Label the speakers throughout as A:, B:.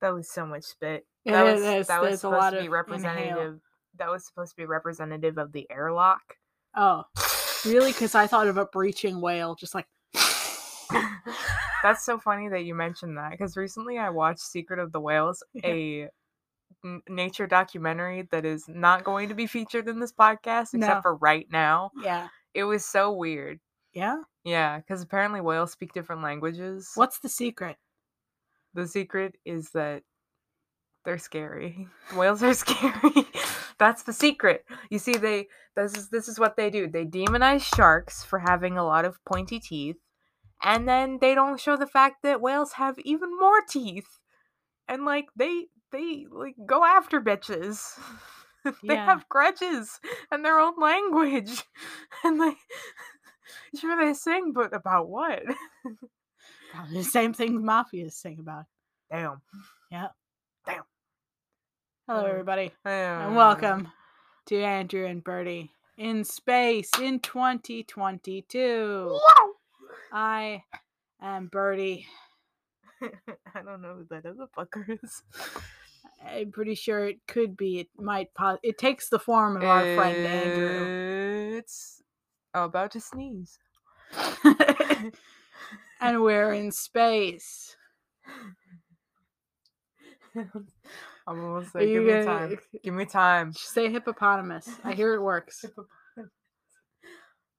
A: That was so much spit.
B: It
A: that was
B: is- it's-
A: that was
B: it's a
A: supposed
B: lot
A: to be
B: of
A: representative.
B: inhale.
A: That was supposed to be representative of the airlock.
B: Oh, really? Because I thought of a breaching whale, just like.
A: That's so funny that you mentioned that because recently I watched Secret of the Whales,
B: Yeah.
A: a n- nature documentary that is not going to be featured in this podcast except
B: No.
A: for right now.
B: yeah.
A: It was so weird.
B: Yeah.
A: Yeah, because apparently whales speak different languages.
B: What's the secret?
A: The secret is that they're scary. Whales are scary. That's the secret. You see, they this is this is what they do. They demonize sharks for having a lot of pointy teeth, and then they don't show the fact that whales have even more teeth. And like they they like go after bitches. they
B: Yeah.
A: have grudges and their own language. And like sure they sing, but about what?
B: Probably the same thing mafia is saying about. it.
A: Damn.
B: Hello,
A: Mm.
B: everybody, Um, and
A: Damn.
B: welcome to Andrew and Bertie in space in 2022. I am Bertie.
A: I don't know who that other fucker is.
B: I'm pretty sure it could be. It might. Po- it takes the form of our friend Andrew.
A: It's about to sneeze.
B: Eh. and we're in space.
A: I'm almost
B: Are
A: like,
B: you
A: give me
B: gonna-
A: time. Give me time.
B: Say hippopotamus. I hear it works.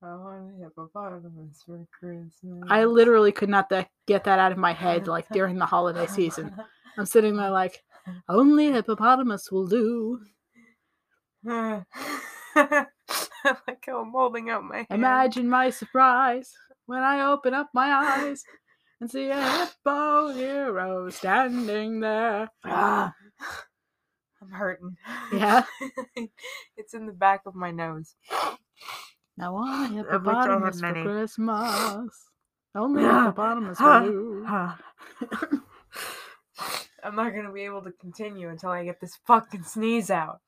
A: I want a hippopotamus for Christmas.
B: I literally could not that get that out of my head like during the holiday season. I'm sitting there like, only hippopotamus will do.
A: I like how I'm holding out my hand.
B: Imagine my surprise when I open up my eyes and see a hippo hero standing there. Ah,
A: I'm hurting.
B: Yeah?
A: it's in the back of my nose.
B: I want a
A: wish I had
B: hippopotamus for
A: many.
B: Christmas. Only
A: Ah,
B: hippopotamus
A: ah,
B: will do.
A: Huh. I'm not gonna be able to continue until I get this fucking sneeze out.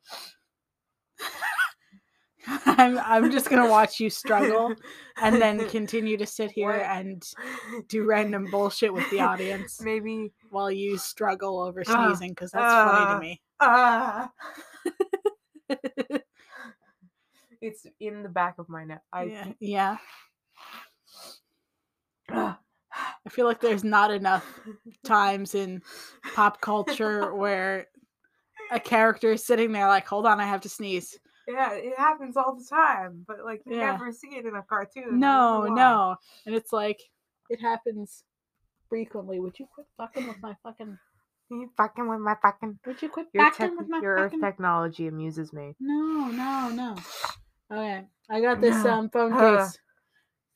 B: I'm, I'm just gonna watch you struggle and then continue to sit here
A: What?
B: and do random bullshit with the audience
A: Maybe.
B: while you struggle over
A: Ah,
B: sneezing because that's funny
A: ah.
B: to me.
A: Ah. it's in the back of my neck. I.
B: yeah, yeah.
A: Ah.
B: I feel like there's not enough times in pop culture where a character is sitting there like, hold on, I have to sneeze.
A: Yeah, it happens all the time, but like you
B: Yeah.
A: never see it in a cartoon. I don't know
B: No,
A: why.
B: no. And it's like, it happens frequently. Would you quit fucking with my fucking.
A: You fucking with my fucking.
B: Would you quit
A: Your,
B: fucking
A: tech-
B: with my
A: your
B: fucking.
A: technology amuses me.
B: No, no, no. Okay, I got this
A: No.
B: um phone
A: Huh.
B: case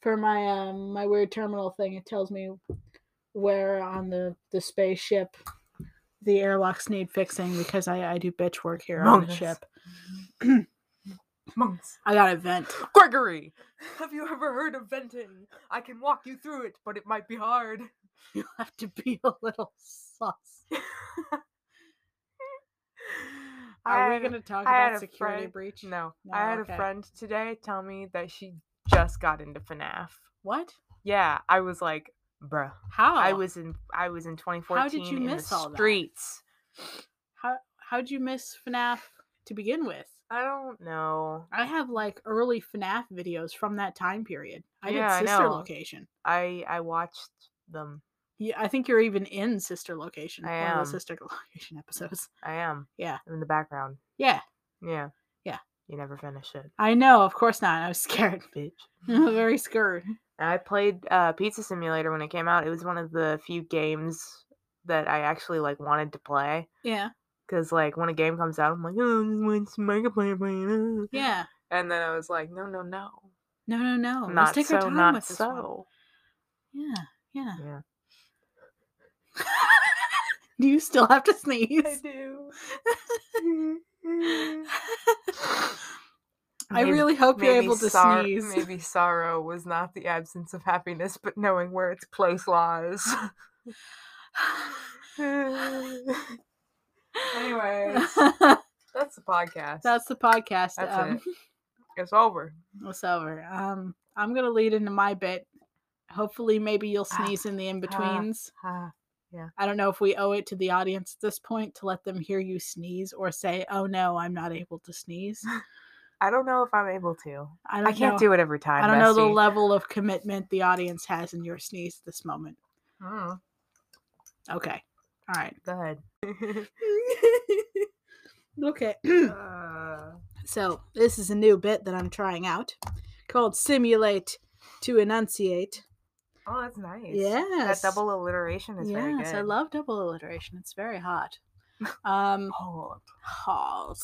B: for my um my weird terminal thing. It tells me where on the the spaceship the airlocks need fixing because I I do bitch work here on the
A: Mongus.
B: ship.
A: Monks.
B: I got a vent.
A: Gregory, have you ever heard of venting? I can walk you through it, but it might be hard.
B: You have to be a little sus. Are
A: I
B: we
A: had a-
B: gonna talk
A: I had
B: about
A: a
B: security
A: friend-
B: breach?
A: No,
B: No,
A: I had
B: okay.
A: a friend today tell me that she just got into FNAF.
B: What?
A: Yeah, I was like, bruh.
B: How?
A: I was in I was in 2014
B: you
A: in
B: miss
A: the
B: all that?
A: streets.
B: How how'd you miss FNAF to begin with?
A: I don't know.
B: I have like early FNAF videos from that time period. I
A: Yeah, I
B: did Sister
A: know.
B: Location.
A: I I watched them.
B: Yeah, I think you're even in Sister Location.
A: I
B: One
A: am.
B: of the Sister Location episodes.
A: I am.
B: Yeah.
A: I'm in the background.
B: Yeah,
A: Yeah.
B: Yeah.
A: You never finish it,
B: I know. Of course not. I was scared. I was
A: bitch.
B: Very scared.
A: I played uh, Pizza Simulator when it came out. It was one of the few games that I actually like wanted to play.
B: Yeah.
A: Cause like when a game comes out, I'm like, oh, this one's mega player playing.
B: Yeah.
A: And then I was like, no, no, no,
B: No, no, no. Let's
A: not
B: Oh, take our
A: so,
B: time
A: not
B: with this one.
A: so.
B: Yeah. Yeah.
A: Yeah.
B: Do you still have to sneeze?
A: do. Mm-hmm.
B: I
A: Maybe-
B: really hope you're
A: maybe
B: able to
A: sor-
B: sneeze.
A: Maybe sorrow was not the absence of happiness, but knowing where its place lies. Anyways, that's the podcast.
B: That's the podcast.
A: That's
B: um,
A: it. It's over.
B: It's over. Um, I'm gonna lead into my bit. Hopefully, maybe you'll
A: Ah,
B: sneeze in the in
A: ah.
B: betweens.
A: Ah, Yeah.
B: I don't know if we owe it to the audience at this point to let them hear you sneeze or say, "Oh no, I'm not able to sneeze."
A: I don't know if I'm able to.
B: I don't
A: I can't
B: know.
A: do it every time.
B: I don't know the
A: Bestie.
B: level of commitment the audience has in your sneeze this moment.
A: Mm,
B: Okay. All right.
A: go ahead.
B: okay.
A: Uh,
B: so, this is a new bit that I'm trying out called Simulate to Enunciate.
A: oh, that's nice.
B: Yes.
A: That double alliteration is very good.
B: yes, I love double alliteration. It's very hot. Um,
A: Hold.
B: hot.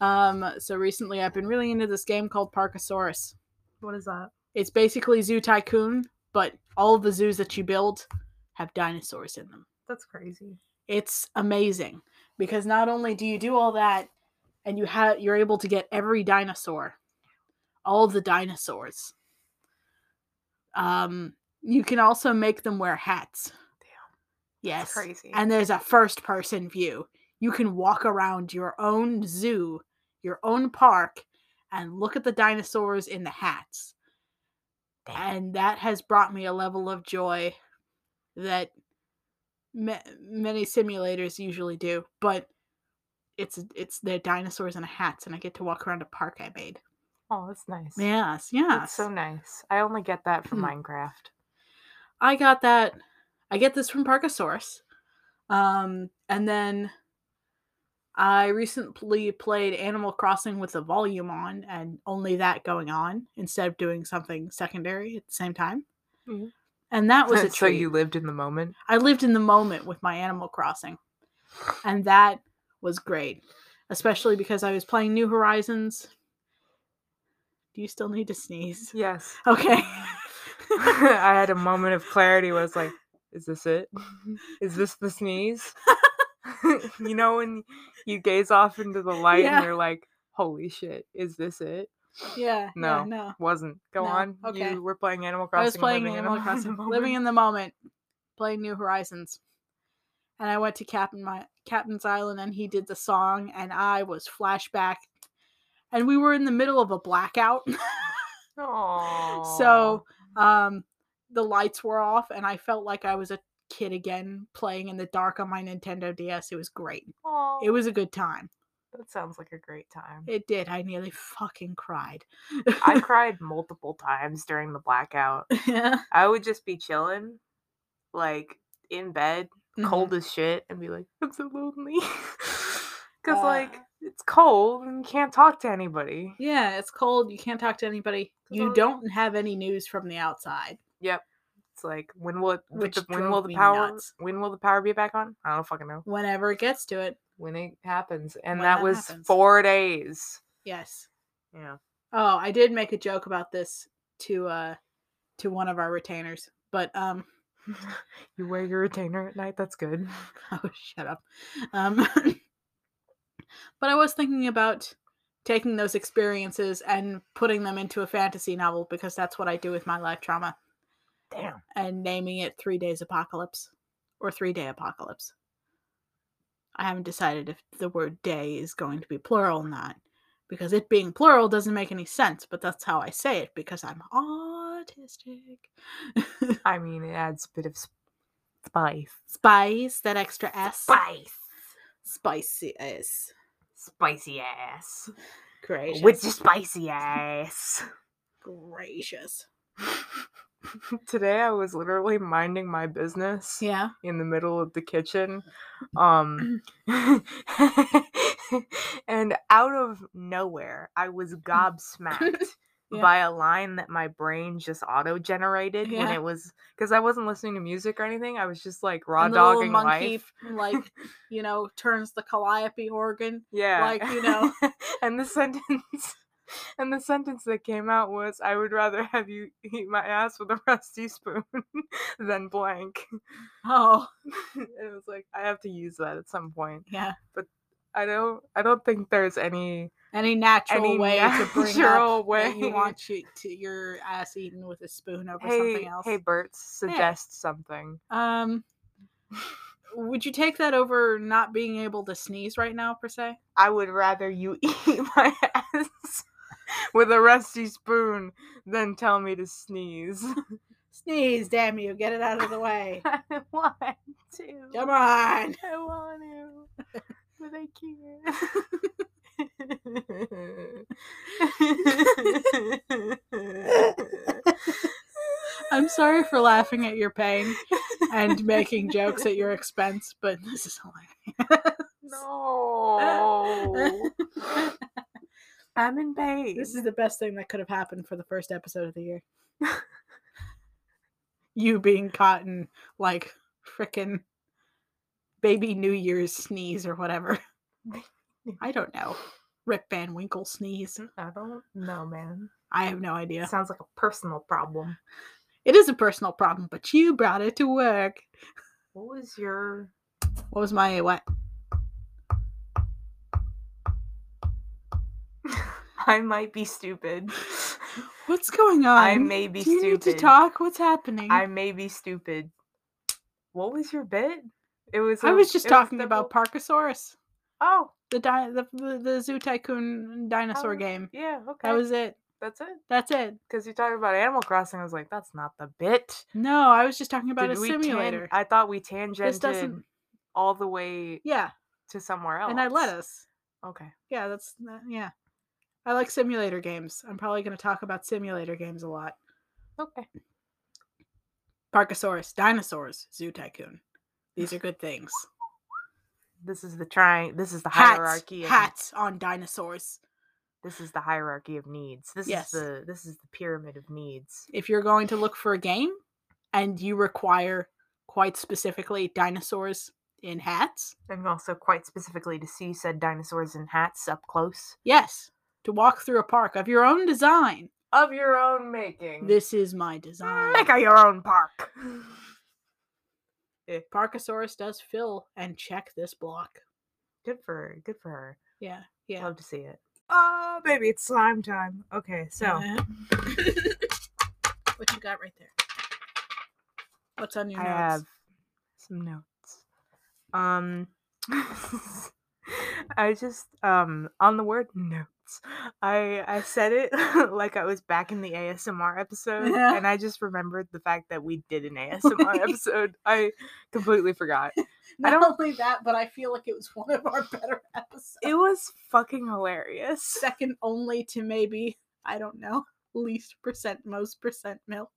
B: Um, so recently I've been really into this game called Parkosaurus.
A: What is that?
B: It's basically Zoo Tycoon, but all of the zoos that you build have dinosaurs in them.
A: That's crazy.
B: it's amazing because not only do you do all that and you have you're able to get every dinosaur all the dinosaurs um you can also make them wear hats
A: Damn. That's
B: yes
A: crazy.
B: and there's a first person view you can walk around your own zoo your own park and look at the dinosaurs in the hats and that has brought me a level of joy that ma- many simulators usually do, but it's it's they're dinosaurs in hats, and I get to walk around a park I made.
A: oh, that's nice.
B: Yes, yes. Hmm.
A: That's so nice. I only get that from Minecraft.
B: I got that. I get this from Parkosaurus, um, and then I recently played Animal Crossing with the volume on and only that going on instead of doing something secondary at the same time.
A: Mhm.
B: And that was a treat.
A: so you lived in the moment.
B: I lived in the moment with my Animal Crossing. And that was great, especially because I was playing New Horizons. Do you still need to sneeze?
A: Yes.
B: Okay.
A: I had a moment of clarity where I was like, is this it? Is this the sneeze? you know, when you gaze off into the light
B: Yeah.
A: and you're like, holy shit, is this it?
B: yeah.
A: No.
B: Yeah, no.
A: Wasn't. Go
B: No,
A: on.
B: okay.
A: You were playing Animal
B: I was
A: Crossing.
B: playing
A: living in
B: Animal
A: a-
B: Crossing,
A: moment.
B: living in the moment, playing New Horizons. And I went to Captain my Captain's Island and he did the song and I was flashback and we were in the middle of a blackout.
A: Aw.
B: So um the lights were off and I felt like I was a kid again playing in the dark on my Nintendo DS. It was great.
A: Aw.
B: It was a good time.
A: That sounds like a great time.
B: It did. I nearly fucking cried.
A: I cried multiple times during the blackout.
B: yeah.
A: I would just be chilling, like in bed,
B: Mm-hmm.
A: cold as shit and be like, I'm so lonely. Because,
B: Uh,
A: like, it's cold and you can't talk to anybody.
B: Yeah, it's cold. You can't talk to anybody. You
A: Cold.
B: don't have any news from the outside.
A: Yep. It's like, when will it, the-
B: Which
A: the, when
B: drove
A: will the
B: me
A: power,
B: nuts.
A: when will the power be back on? I don't fucking know.
B: Whenever it gets to it.
A: When it happens. And
B: When
A: that,
B: that
A: was
B: happens.
A: four days.
B: Yes.
A: Yeah.
B: Oh, I did make a joke about this to uh to one of our retainers. But um
A: you wear your retainer at night. That's good.
B: Oh, shut up. Um, but I was thinking about taking those experiences and putting them into a fantasy novel because that's what I do with my life trauma
A: Damn.
B: and naming it Three Days Apocalypse or Three Day Apocalypse. I haven't decided if the word day is going to be plural or not because it being plural doesn't make any sense, but that's how I say it because I'm autistic.
A: I mean, it adds a bit of sp- spice.
B: Spice, that extra S.
A: Spice.
B: Spicy S.
A: Spicy ass.
B: Gracious.
A: With your spicy ass.
B: gracious.
A: Today I was literally minding my business
B: Yeah.
A: in the middle of the kitchen. Um and out of nowhere I was gobsmacked
B: Yeah.
A: by a line that my brain just auto-generated when
B: Yeah.
A: it was cuz I wasn't listening to music or anything. I was just like raw
B: And the little
A: dogging
B: monkey,
A: life.
B: like, you know, turns the calliope organ.
A: Yeah.
B: like, you know.
A: and the sentence and the sentence that came out was I would rather have you eat my ass with a rusty spoon than blank.
B: Oh,
A: it was like I have to use that at some point.
B: yeah.
A: I don't I don't think there's any
B: Any natural
A: Any
B: way to bring
A: natural
B: up that
A: way.
B: you want you to your ass eaten with a spoon over something
A: hey
B: else.
A: hey Bert suggest something.
B: Um, would you take that over not being able to sneeze right now per se?
A: I would rather you eat my ass with a rusty spoon than tell me to sneeze.
B: Sneeze, damn you! Get it out of the way.
A: I want to. you.
B: Come on.
A: I want to, but I can't.
B: I'm sorry for laughing at your pain and making jokes at your expense, but this is hilarious.
A: No. I'm in pain.
B: This is the best thing that could have happened for the first episode of the year. you being caught in like frickin' baby New Year's sneeze or whatever. I don't know. Rip Van Winkle sneeze.
A: I don't know, man.
B: I have no idea.
A: Sounds like a personal problem.
B: It is a personal problem, but you brought it to work.
A: What was your
B: What was my what?
A: I might be stupid.
B: What's going on?
A: I may be
B: Do you need to
A: stupid.
B: talk? What's happening?
A: I may be stupid. What was your bit? It was
B: I
A: a-
B: was just
A: it
B: talking
A: the
B: about
A: whole-
B: Parkosaurus,
A: Oh,
B: the, di- the the the Zoo Tycoon dinosaur
A: Oh,
B: game.
A: yeah, okay.
B: That was it.
A: That's it.
B: That's it.
A: Cuz you're talking about Animal Crossing. I was like, that's not the bit.
B: No, I was just talking about
A: Did
B: a
A: we tan-
B: simulator.
A: I thought we
B: This doesn't-
A: tangented all the way
B: yeah,
A: to somewhere else.
B: and I let us.
A: Okay.
B: Yeah, that's that- yeah. I like simulator games. I'm probably going to talk about simulator games a lot.
A: Okay.
B: Parkosaurus, dinosaurs, Zoo Tycoon. These are good things.
A: This is the trying. This is the
B: Hats,
A: hierarchy. Of,
B: hats on dinosaurs.
A: This is the hierarchy of needs. This
B: Yes.
A: is the this is the pyramid of needs.
B: If you're going to look for a game and you require quite specifically dinosaurs in hats,
A: And also quite specifically to see said dinosaurs in hats up close.
B: yes, to walk through a park of your own design.
A: Of your own making.
B: This is my design.
A: Make a your own park. Eh,
B: Parkosaurus does fill and check this block.
A: Good for her. Good for her.
B: Yeah, yeah.
A: Love to see it. Oh, baby, it's slime time. Okay, so
B: Uh, what you got right there? What's on your
A: I
B: notes?
A: have some notes. Um, I just um on the word notes. I I said it like I was back in the ASMR episode,
B: Yeah.
A: and I just remembered the fact that we did an ASMR episode. I completely forgot.
B: Not
A: don't-
B: only that, but I feel like it was one of our better episodes.
A: It was fucking hilarious.
B: Second only to maybe I don't know least percent most percent milk.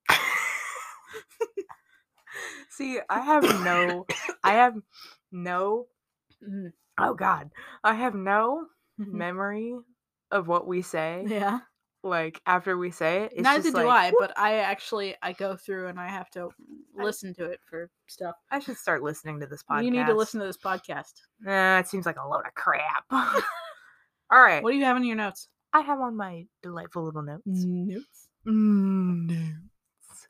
A: See, I have no, I have no.
B: Mm,
A: Oh God, I have no
B: mhm.
A: memory of what we say.
B: Yeah.
A: like after we say it. It's
B: Neither
A: just
B: do
A: like,
B: I, but I actually I go through and I have to listen to it for stuff.
A: I should start listening to this podcast.
B: You need to listen to this podcast.
A: Nah, it seems like a load of crap. All right,
B: What do you have in your notes?
A: I have on my delightful little notes.
B: Notes.
A: Mm, notes.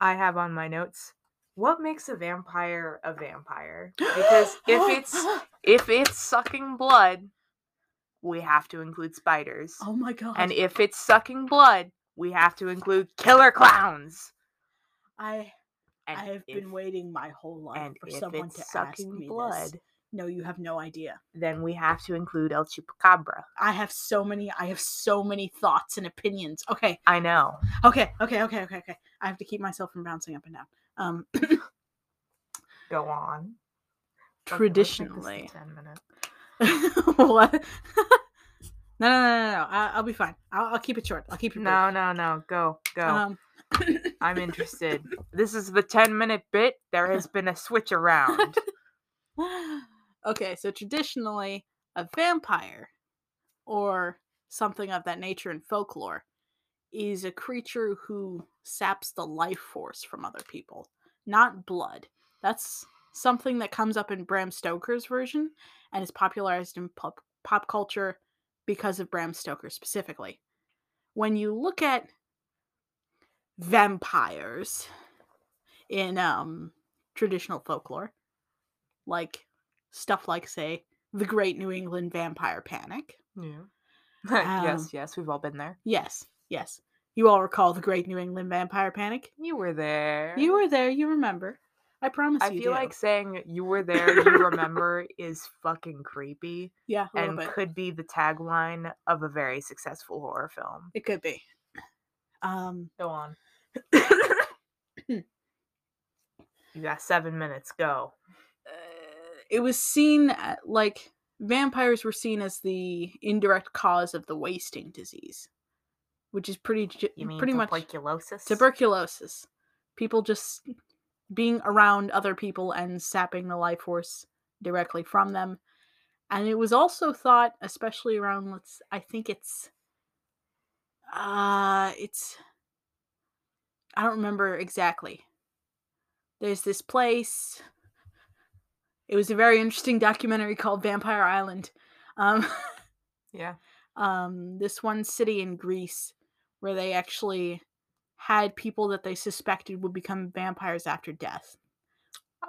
A: I have on my notes. What makes a vampire a vampire? Because if it's if it's sucking blood, we have to include spiders.
B: oh my god,
A: and if it's sucking blood, we have to include killer clowns.
B: I
A: And
B: I have
A: if-
B: been waiting my whole life
A: and
B: for
A: if
B: someone
A: it's
B: to ask
A: sucking
B: me
A: blood,
B: this. No, you have no idea.
A: then we have to include El Chupacabra.
B: I have so many. I have so many thoughts and opinions. Okay,
A: I know.
B: okay, okay, okay, okay, okay. I have to keep myself from bouncing up and down. Um,
A: Go on. Okay, let's make this the
B: traditionally,
A: 10 minute.
B: what? no, no, no, no, no. I, I'll be fine. I'll, I'll keep it short. I'll keep it.
A: No, no, no. Go, go.
B: brief. Um,
A: I'm interested. this is the 10 minute bit. There has been a switch around.
B: okay, so traditionally, a vampire or something of that nature in folklore is a creature who saps the life force from other people, not blood. That's something that comes up in Bram Stoker's version and is popularized in pop, pop culture because of Bram Stoker specifically. When you look at vampires in um, traditional folklore, like stuff like say the great new england vampire panic
A: yeah.
B: Um,
A: yes, yes. We've all been there.
B: yes yes you all recall the great new england vampire panic
A: You were there.
B: you were there you remember i promise
A: I
B: you
A: feel
B: do.
A: like saying you were there, you remember is fucking creepy
B: yeah a little
A: and
B: bit
A: could be the tagline of a very successful horror film.
B: it could be um
A: Go on. you got seven minutes. Go.
B: uh, it was seen at, like vampires were seen as the indirect cause of the wasting disease, which is pretty ju-
A: You mean
B: pretty much
A: tuberculosis?
B: tuberculosis. People just being around other people and sapping the life force directly from them. And it was also thought, especially around let's I think it's uh it's I don't remember exactly. There's this place. It was a very interesting documentary called Vampire Island. Um
A: yeah.
B: um, this one city in Greece where they actually had people that they suspected would become vampires after death.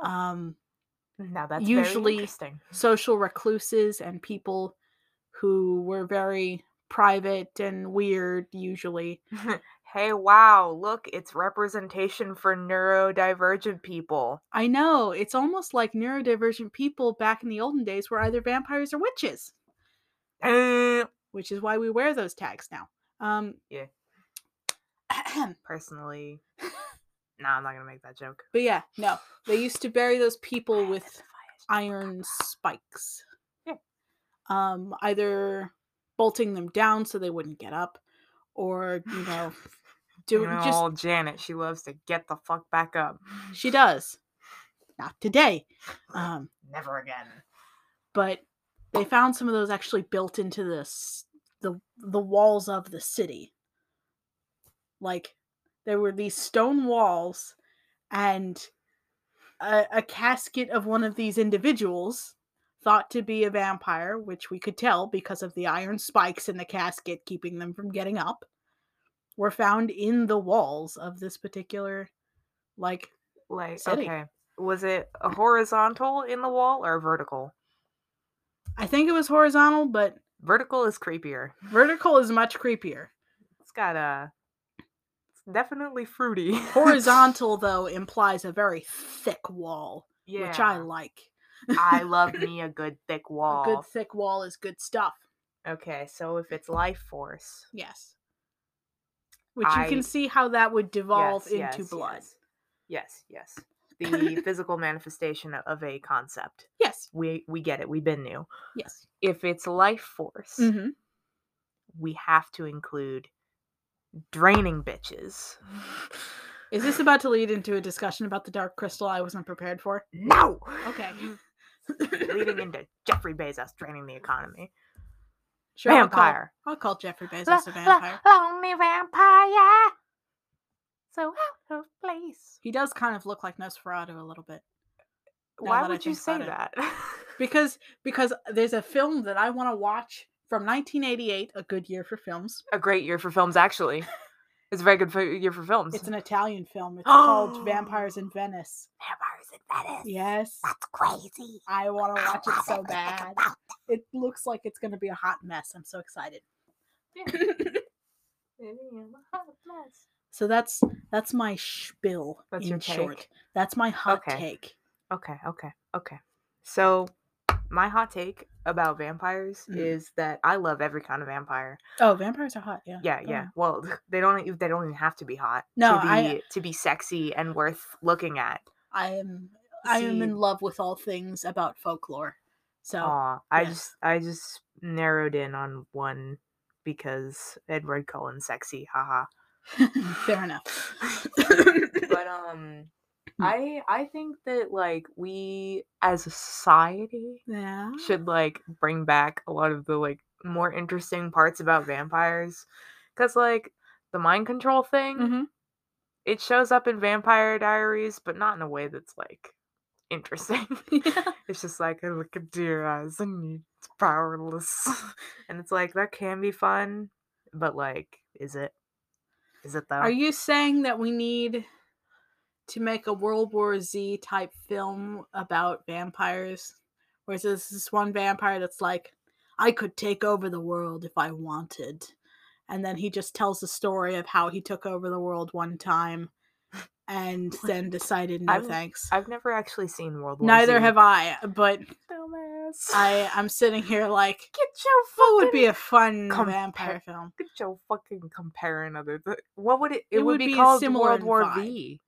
A: Oh.
B: Um,
A: Now that's very
B: Usually-
A: interesting.
B: social recluses and people who were very private and weird, usually.
A: hey, wow! Look, it's representation for neurodivergent people.
B: I know, it's almost like neurodivergent people back in the olden days were either vampires or witches.
A: Eh,
B: which is why we wear those tags now. Um,
A: Yeah.
B: but
A: Personally, no, I'm not gonna make that joke.
B: yeah, no, they used to bury those people
A: I
B: with
A: identify as
B: iron spikes.
A: Yeah.
B: Um, either bolting them down so they wouldn't get up, or you know, doing
A: you know,
B: just
A: old Janet. She loves to get the fuck back up.
B: she does. Not today. Um,
A: Never again.
B: but they found some of those actually built into this the the walls of the city like there were these stone walls and a, a casket of one of these individuals thought to be a vampire which we could tell because of the iron spikes in the casket keeping them from getting up were found in the walls of this particular like
A: Like,
B: City.
A: okay, was it a horizontal in the wall or a vertical?
B: i think it was horizontal but
A: Vertical is creepier.
B: vertical is much creepier
A: It's got a. It's definitely fruity.
B: Horizontal though implies a very thick wall,
A: yeah.
B: which I like.
A: I love me a good thick wall.
B: A good thick wall is good stuff.
A: Okay, so if it's life force,
B: Yes. Which you
A: I-
B: can see how that would devolve
A: yes,
B: into
A: yes,
B: blood.
A: Yes, yes. yes. The physical manifestation o- of a concept.
B: Yes.
A: We we get it. We've been new.
B: Yes.
A: If it's life force,
B: Mm-hmm.
A: we have to include draining bitches.
B: Is this about to lead into a discussion about the dark crystal I wasn't prepared for?
A: no?
B: Okay.
A: Mm-hmm. Leading into Jeffrey Bezos draining the economy.
B: Sure, I'll call-
A: Vampire.
B: I'll call, Jeffrey Bezos a
A: Lo- lo-
B: vampire.
A: lonely vampire. So oh, out of place.
B: He does kind of look like Nosferatu a little bit. Now
A: Why
B: that I
A: would you
B: think
A: say
B: about
A: that?
B: Because because there's a film that I want to watch from 1988, a good year for films.
A: a great year for films, actually. It's a very good fi- year for films.
B: It's an Italian film. It's called Vampires in Venice.
A: Vampires in Venice.
B: Yes.
A: That's crazy.
B: I want to
A: I
B: watch it
A: love
B: so
A: to think
B: bad.
A: about that.
B: It looks like it's going to be a hot mess. I'm so excited. So that's that's my spiel
A: That's
B: in
A: your
B: short.
A: take?
B: That's my hot
A: Okay.
B: take.
A: okay, okay, okay. So, my hot take about vampires
B: Mhm.
A: is that I love every kind of vampire.
B: Oh, vampires are hot. Yeah.
A: Yeah,
B: go
A: yeah.
B: on.
A: Well, they don't e- they don't even have to be hot
B: No,
A: to be
B: I-
A: to be sexy and worth looking at.
B: I am I am
A: See-
B: in love with all things about folklore. So
A: Aw, I
B: yeah.
A: just I just narrowed in on one because Edward Cullen sexy, haha.
B: fair enough.
A: but um
B: Hmm.
A: I I think that like we as a society
B: yeah.
A: should like bring back a lot of the like more interesting parts about vampires cuz like the mind control thing
B: hmm
A: it shows up in vampire diaries but not in a way that's like interesting.
B: Yeah.
A: it's just like I look into your eyes and you're powerless. and it's like that can be fun, but like is it is it though?
B: Are you saying that we need to make a World War Z type film about vampires? Whereas there's this one vampire that's like, I could take over the world if I wanted. And then he just tells the story of how he took over the world one time and then decided no
A: I've-
B: thanks.
A: I've never actually seen World War
B: Neither
A: Z.
B: have I, but
A: Dumbass.
B: I, I'm sitting here like,
A: get your
B: what
A: fucking
B: would be a fun
A: compare-
B: vampire film?
A: get your fucking comparing other. Th- what would it? It,
B: It
A: would
B: would
A: be
B: be
A: called
B: similar
A: World
B: in
A: War
B: vibe.
A: V.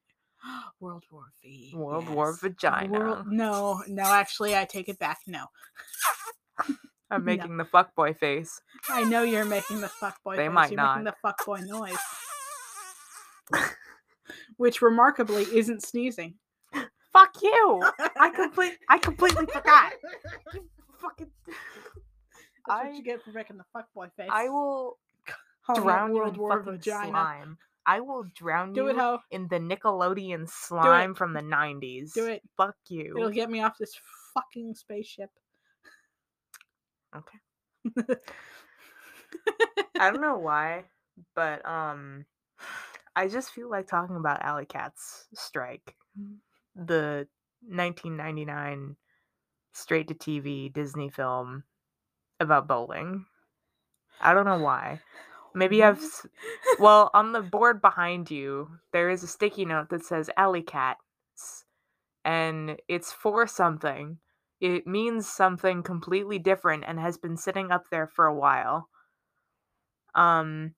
B: World War V.
A: World War
B: yes.
A: Vagina.
B: World- no, no, actually, I take it back. No.
A: I'm
B: no.
A: making the fuckboy face.
B: I know you're making the fuckboy
A: They
B: face.
A: might
B: you're
A: not.
B: making the fuckboy noise. Which remarkably isn't sneezing.
A: Fuck you! I complete. I completely forgot.
B: That's
A: You fucking.
B: what
A: I
B: you get for making the fuckboy face.
A: I will
B: Calling it
A: drown you in
B: World War
A: fucking
B: Vagina.
A: slime. I will drown
B: Do
A: you
B: it, ho.
A: in the Nickelodeon slime from the '90s.
B: Do it.
A: Fuck you.
B: It'll get me off this fucking spaceship.
A: Okay. I don't know why, but um, I just feel like talking about Alley Cat's strike,
B: Mm.
A: the 1999 straight to TV Disney film about bowling. I don't know why. Maybe I've
B: What?
A: s- well on the board behind you there is a sticky note that says Alley Cats, and it's for something. It means something completely different and has been sitting up there for a while. Um,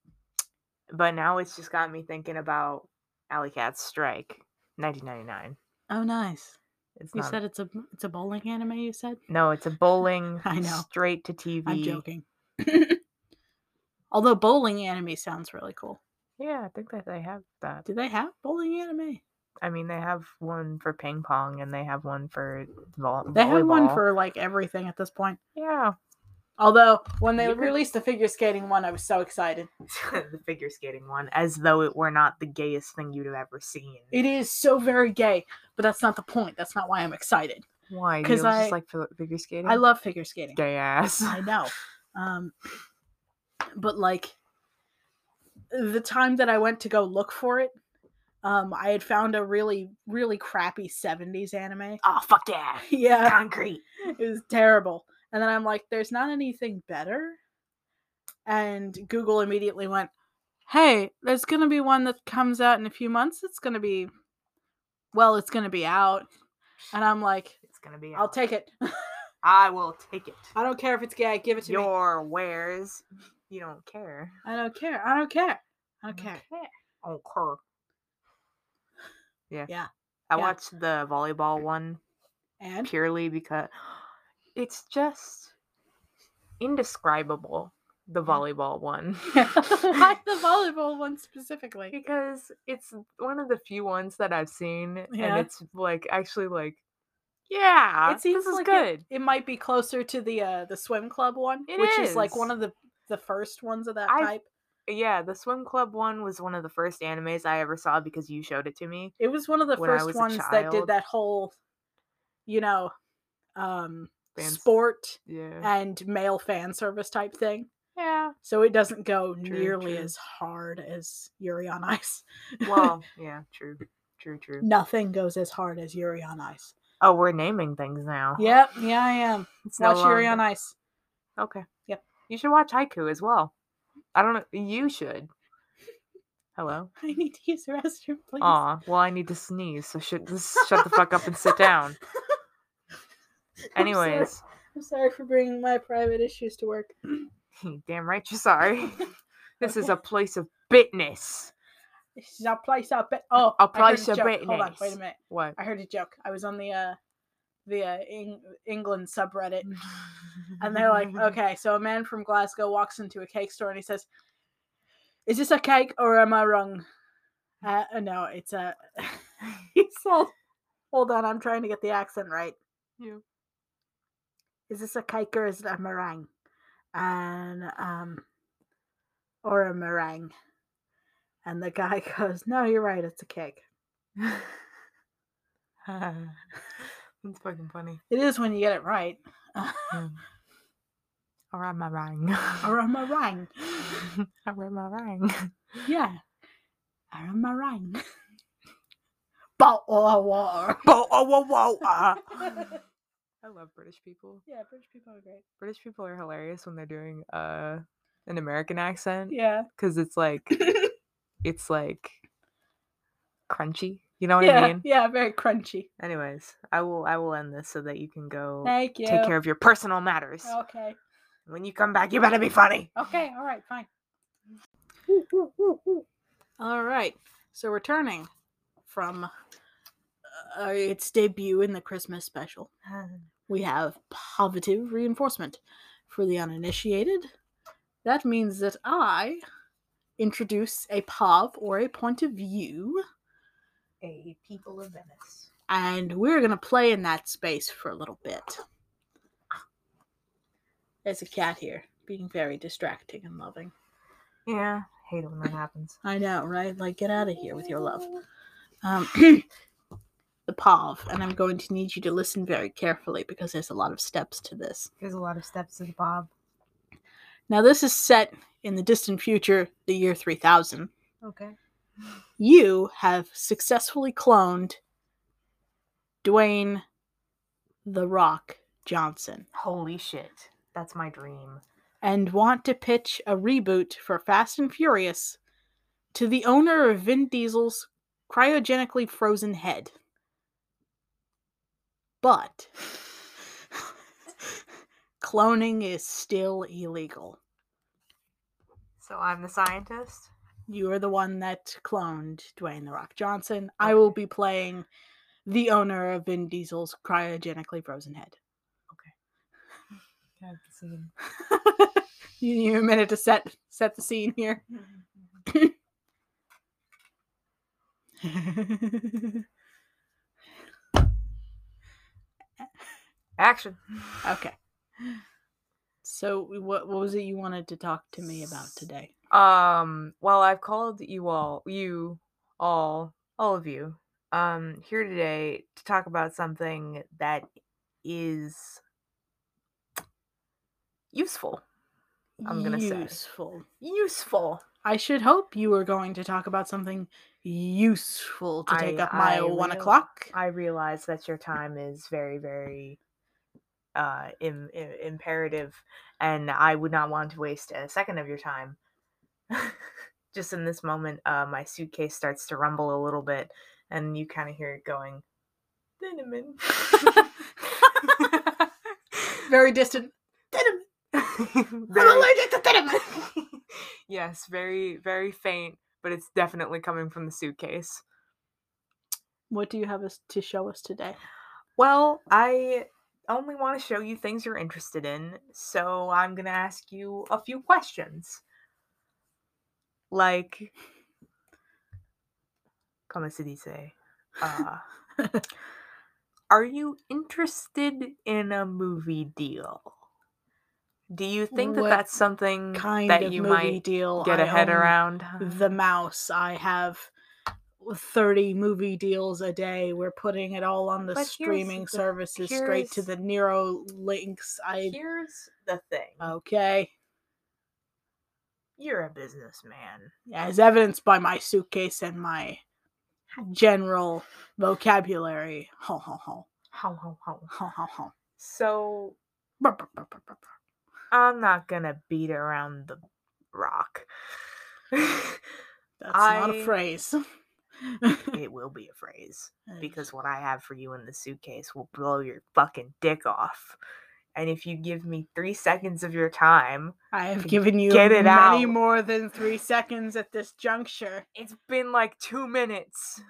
A: but now it's just got me thinking about Alley Cat's Strike, 1999.
B: Oh, nice.
A: It's
B: You
A: not,
B: said it's a it's a bowling anime. You said.
A: no, it's a bowling
B: I know.
A: straight to TV.
B: I'm joking. Although bowling anime sounds really cool.
A: Yeah, I think that they have that.
B: Do they have bowling anime?
A: I mean, they have one for ping pong and they have one for vol-
B: They have one
A: volleyball.
B: for like everything at this point.
A: yeah,
B: Although when they
A: You could-
B: released the figure skating one, I was so excited.
A: the figure skating one, as though it were not the gayest thing you'd have ever seen.
B: It is so very gay, but that's not the point. That's not why I'm excited.
A: Why?
B: 'Cause
A: Because I
B: I-
A: just like fi- figure skating.
B: I love figure skating.
A: gay ass.
B: I know. Um, but like the time that I went to go look for it, um, I had found a really, really crappy 70s anime.
A: oh fuck yeah,
B: Yeah,
A: concrete.
B: it was terrible. And then I'm like, there's not anything better. And Google immediately went, hey, there's going to be one that comes out in a few months. It's going to be, well, it's going to be out. And I'm like,
A: It's gonna be.
B: I'll
A: out.
B: take it.
A: I will take it.
B: I don't care if it's gay. Give it to me.
A: your wares. You don't care.
B: I don't care. I don't care. I don't care.
A: Oh, care. Yeah.
B: Yeah.
A: I
B: Yeah.
A: watched the volleyball one
B: And
A: purely because it's just indescribable. The volleyball one.
B: why the volleyball one specifically?
A: because it's one of the few ones that I've seen,
B: Yeah.
A: and it's like actually like, yeah,
B: It seems
A: Ah, this is
B: like
A: good.
B: It might be closer to the uh the swim club one,
A: It
B: which is. like
A: is.
B: one of the the first ones of that
A: I've-
B: type.
A: Yeah, the swim club one was one of the first animes I ever saw because you showed it to me.
B: It was one of the
A: when I
B: first
A: was a
B: ones that did
A: child.
B: that whole, you know, um
A: Fans-
B: sport
A: Yeah,
B: and male fan service type thing.
A: yeah.
B: So it doesn't go
A: True,
B: nearly
A: true.
B: as hard as Yuri on Ice.
A: Well, yeah, true, true, true.
B: Nothing goes as hard as Yuri on Ice.
A: Oh, we're naming things now.
B: Yep, yeah, I am.
A: It's no
B: Watch Yuri on
A: longer-
B: Ice.
A: Okay.
B: Yep.
A: You should watch Haiku as well. I don't know. You should. Hello.
B: I need to use the restroom, please.
A: Aw. Well, I need to sneeze, so shut just shut the fuck up and sit down.
B: I'm sorry.
A: Anyways,
B: I'm sorry for bringing my private issues to work.
A: damn right you're sorry. This is a place of bitness.
B: This is a place of bit. Oh,
A: A
B: I heard
A: place of
B: joke. Hold on, wait a
A: bitness.
B: minute.
A: What?
B: I heard a joke. I was on the uh, the uh, Eng- England subreddit, and they're like, "Okay, so a man from Glasgow walks into a cake store and he says, "Is this a cake or am I wrong?" Uh, uh, no, it's a. he said, "Hold on, I'm trying to get the accent right."
A: You.
B: is this a cake or is it a meringue? And um, or a meringue. And the guy goes, No, you're right, it's a cake.
A: That's fucking funny.
B: It is when you get it right.
A: All right, my ring.
B: Or a meringue.
A: I read my ring.
B: Yeah. Or a meringue. But or war.
A: Whoa, oh, whoa, whoa.
B: uh.
A: ah. I love British people.
B: Yeah, British people are great.
A: British people are hilarious when they're doing uh, an American accent
B: Yeah.
A: because it's like, it's like crunchy. You know what
B: yeah,
A: I mean?
B: yeah, very crunchy.
A: Anyways, I will I will end this so that you can go
B: Thank you. Oh.
A: take care of your personal matters.
B: Okay.
A: When you come back, you better be funny.
B: Okay, all right, fine. All right. So returning from uh, its debut in the Christmas special. We have positive reinforcement. For the uninitiated, that means that I introduce a POV or a point of view,
A: A people of Venice.
B: and we're going to play in that space for a little bit. There's a cat here being very distracting and loving.
A: Yeah, hate it when that happens.
B: I know, right? Like, get out of here with your love. um, the POV, and I'm going to need you to listen very carefully because there's a lot of steps to this.
A: There's a lot of steps to the bob.
B: Now, this is set in the distant future, the year 3000.
A: Okay.
B: You have successfully cloned Dwayne The Rock Johnson
A: Holy shit. That's my dream.
B: and want to pitch a reboot for Fast and Furious to the owner of Vin Diesel's cryogenically frozen head. But cloning is still illegal.
A: So I'm the scientist.
B: You are the one that cloned Dwayne The Rock Johnson. I will be playing the owner of Vin Diesel's cryogenically frozen head.
A: I can see him.
B: you need a minute to set set the scene here.
A: Action.
B: Okay. So w- what what was it you wanted to talk to me about today?
A: Um, well, I've called you all, you all, all of you, um, here today to talk about something that is useful. I'm gonna say.
B: useful.
A: Useful.
B: I should hope you were going to talk about something useful to take
A: I-
B: up my
A: I
B: one
A: will.
B: o'clock.
A: I realize that your time is very, very uh Im- im- imperative and I would not want to waste a second of your time. Just in this moment, uh my suitcase starts to rumble a little bit and you kind of hear it going cinnamon.
B: Very distant. Cinnamon. I'm
A: Very-
B: allergic to cinnamon.
A: yes, very, very faint, but it's definitely coming from the suitcase.
B: What do you have us to show us today?
A: Well, I only want to show you things you're interested in, so I'm going to ask you a few questions. Like, come si dice? Uh, are you interested in a movie deal? Do you think that
B: What
A: that's something
B: Kind
A: Mm, that
B: of
A: you
B: movie
A: might
B: deal.
A: get
B: I
A: a head
B: own
A: around?
B: The mouse. I have thirty movie deals a day. We're putting it all on the
A: But here's
B: streaming
A: the-
B: services straight to
A: here's-
B: the Nero links. I
A: Here's the thing.
B: Oh. okay.
A: You're a businessman.
B: as evidenced by my suitcase and my general vocabulary. Ho ho ho.
A: Ho ho ho.
B: Ho ho ho.
A: So
B: Brr, brr, brr, brr, brr, brr.
A: I'm not gonna beat around the rock.
B: That's not
A: I-
B: a phrase.
A: it will be a phrase because what I have for you in the suitcase will blow your fucking dick off. And if you give me three seconds of your time,
B: I have given you
A: Get it
B: many
A: out.
B: more than three seconds at this juncture,
A: it's been like two minutes.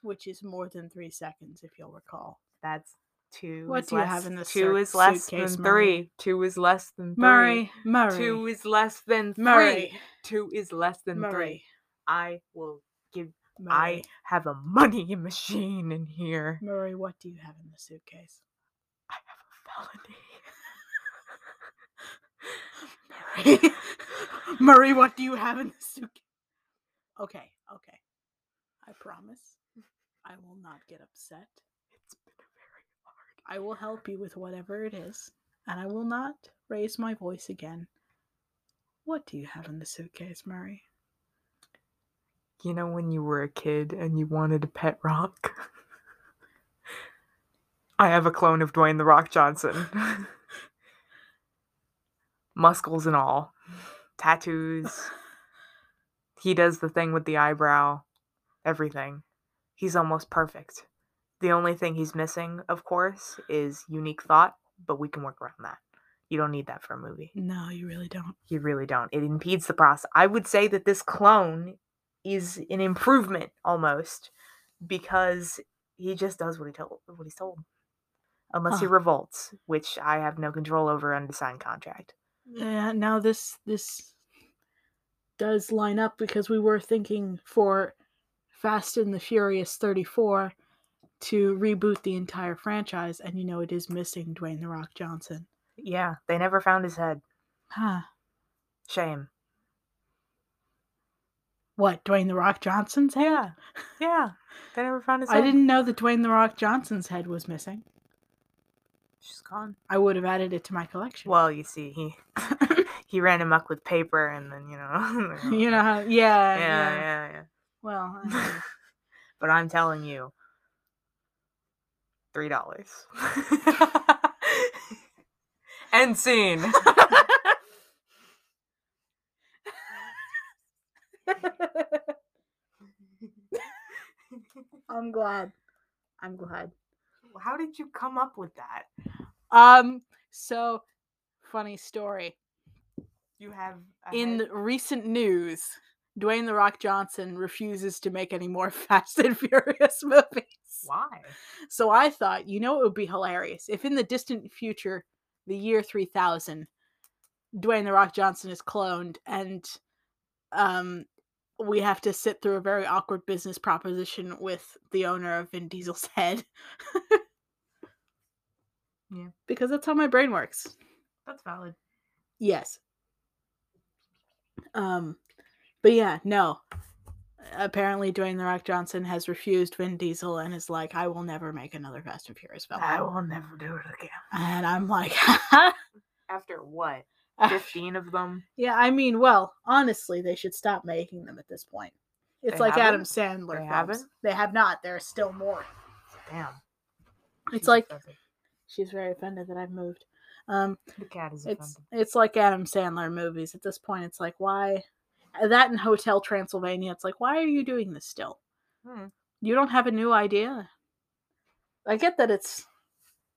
B: which is more than three seconds, if you'll recall.
A: That's two.
B: What
A: is
B: do you have
A: less-
B: in the
A: two?
B: suit-
A: Is less
B: suitcase,
A: than
B: Murray?
A: three. Two is less than three.
B: Murray, Murray,
A: Two is less than three.
B: Murray,
A: Two is less than three.
B: Murray,
A: I will. I
B: Murray.
A: have a money machine in here.
B: Murray, what do you have in the suitcase?
A: I have a felony.
B: Murray, Murray, what do you have in the suitcase? Okay, okay. I promise. I will not get upset.
A: It's been a very hard.
B: I will help you with whatever it is, and I will not raise my voice again. What do you have in the suitcase, Murray?
A: You know when you were a kid and you wanted a pet rock? I have a clone of Dwayne the Rock Johnson. Muscles and all. Tattoos. He does the thing with the eyebrow. Everything. He's almost perfect. The only thing he's missing, of course, is unique thought, but we can work around that. You don't need that for a movie.
B: No, you really don't.
A: You really don't. It impedes the process. I would say that this clone is an improvement almost because he just does what he told what he's told. Unless he
B: Huh.
A: revolts, which I have no control over under signed contract.
B: Yeah, now this this does line up because we were thinking for Fast and the Furious 34 to reboot the entire franchise, and you know it is missing Dwayne the Rock Johnson.
A: Yeah, they never found his head.
B: Huh.
A: Shame.
B: What, Dwayne the Rock Johnson's head?
A: Yeah. Yeah, they never found his
B: I
A: head.
B: didn't know that Dwayne the Rock Johnson's head was missing.
A: She's gone.
B: I would have added it to my collection.
A: Well, you see, he he ran amok with paper, and then you know, they're
B: you
A: all-
B: know how, yeah,
A: yeah,
B: yeah.
A: yeah, yeah.
B: Well, I mean,
A: But I'm telling you, three dollars. End scene.
B: I'm glad. I'm glad.
A: How did you come up with that?
B: Um, so funny story.
A: You have a
B: In
A: head-
B: the recent news, Dwayne the Rock Johnson refuses to make any more Fast and Furious movies.
A: why?
B: So I thought, you know, it would be hilarious if in the distant future, the year 3000, Dwayne the Rock Johnson is cloned and um we have to sit through a very awkward business proposition with the owner of Vin Diesel's head.
A: Yeah.
B: Because that's how my brain works.
A: That's valid.
B: Yes. Um, but yeah, no. Apparently, Dwayne the Rock Johnson has refused Vin Diesel and is like, "I will never make another Fast and Furious film."
A: I will never do it again.
B: And I'm like,
A: After what? Fifteen of them.
B: yeah. I mean, well, honestly, they should stop making them at this point. It's
A: They
B: like Adam
A: haven't?
B: Sandler.
A: They
B: films.
A: haven't?
B: They have not. There are still more.
A: Damn.
B: It's
A: she's
B: like-
A: offended.
B: She's very offended that I've moved. Um,
A: the cat is
B: it's
A: offended.
B: it's like Adam Sandler movies at this point. It's like why uh, that and Hotel Transylvania. It's like why are you doing this still?
A: Hmm.
B: You don't have a new idea. I get that it's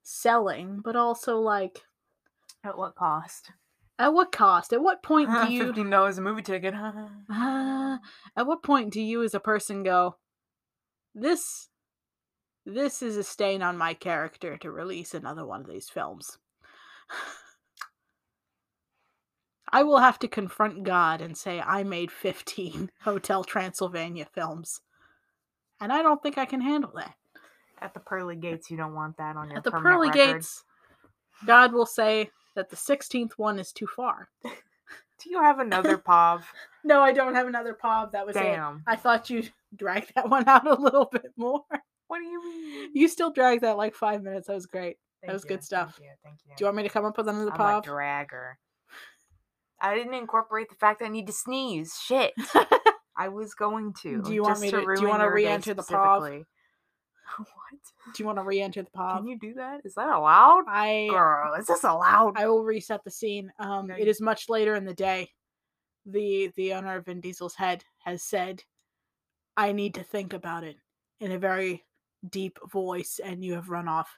B: selling, but also like
A: At what cost?
B: at what cost? At what point do you
A: Fifteen dollars a movie ticket.
B: Ah, at what point do you as a person go this this is a stain on my character to release another one of these films i will have to confront god and say i made 15 hotel transylvania films and i don't think i can handle that
A: At the pearly gates, you don't want that on your
B: at the
A: permanent
B: pearly
A: record.
B: gates god will say that the 16th one is too far
A: Do you have another pov?
B: no i don't have another pub that was it
A: Damn.
B: I thought you dragged that one out a little bit more.
A: What do you mean?
B: You still dragged that like five minutes. That was great.
A: Thank
B: was
A: you,
B: good stuff.
A: Thank you. Thank you.
B: Do you want me to come up with another
A: I'm
B: pop?
A: a dragger. I didn't incorporate the fact that I need to sneeze. Shit. I was going to.
B: Do you want
A: just
B: me to- do you
A: ruin
B: wanna
A: your day
B: re-enter the pov?
A: specifically. What?
B: Do you want to re-enter the pop?
A: Can you do that? Is that allowed?
B: I
A: Girl, is this allowed?
B: I will reset the scene. Um,
A: No,
B: it
A: you-
B: is much later in the day. The the owner of Vin Diesel's head has said, "I need to think about it," in a very deep voice, and you have run off.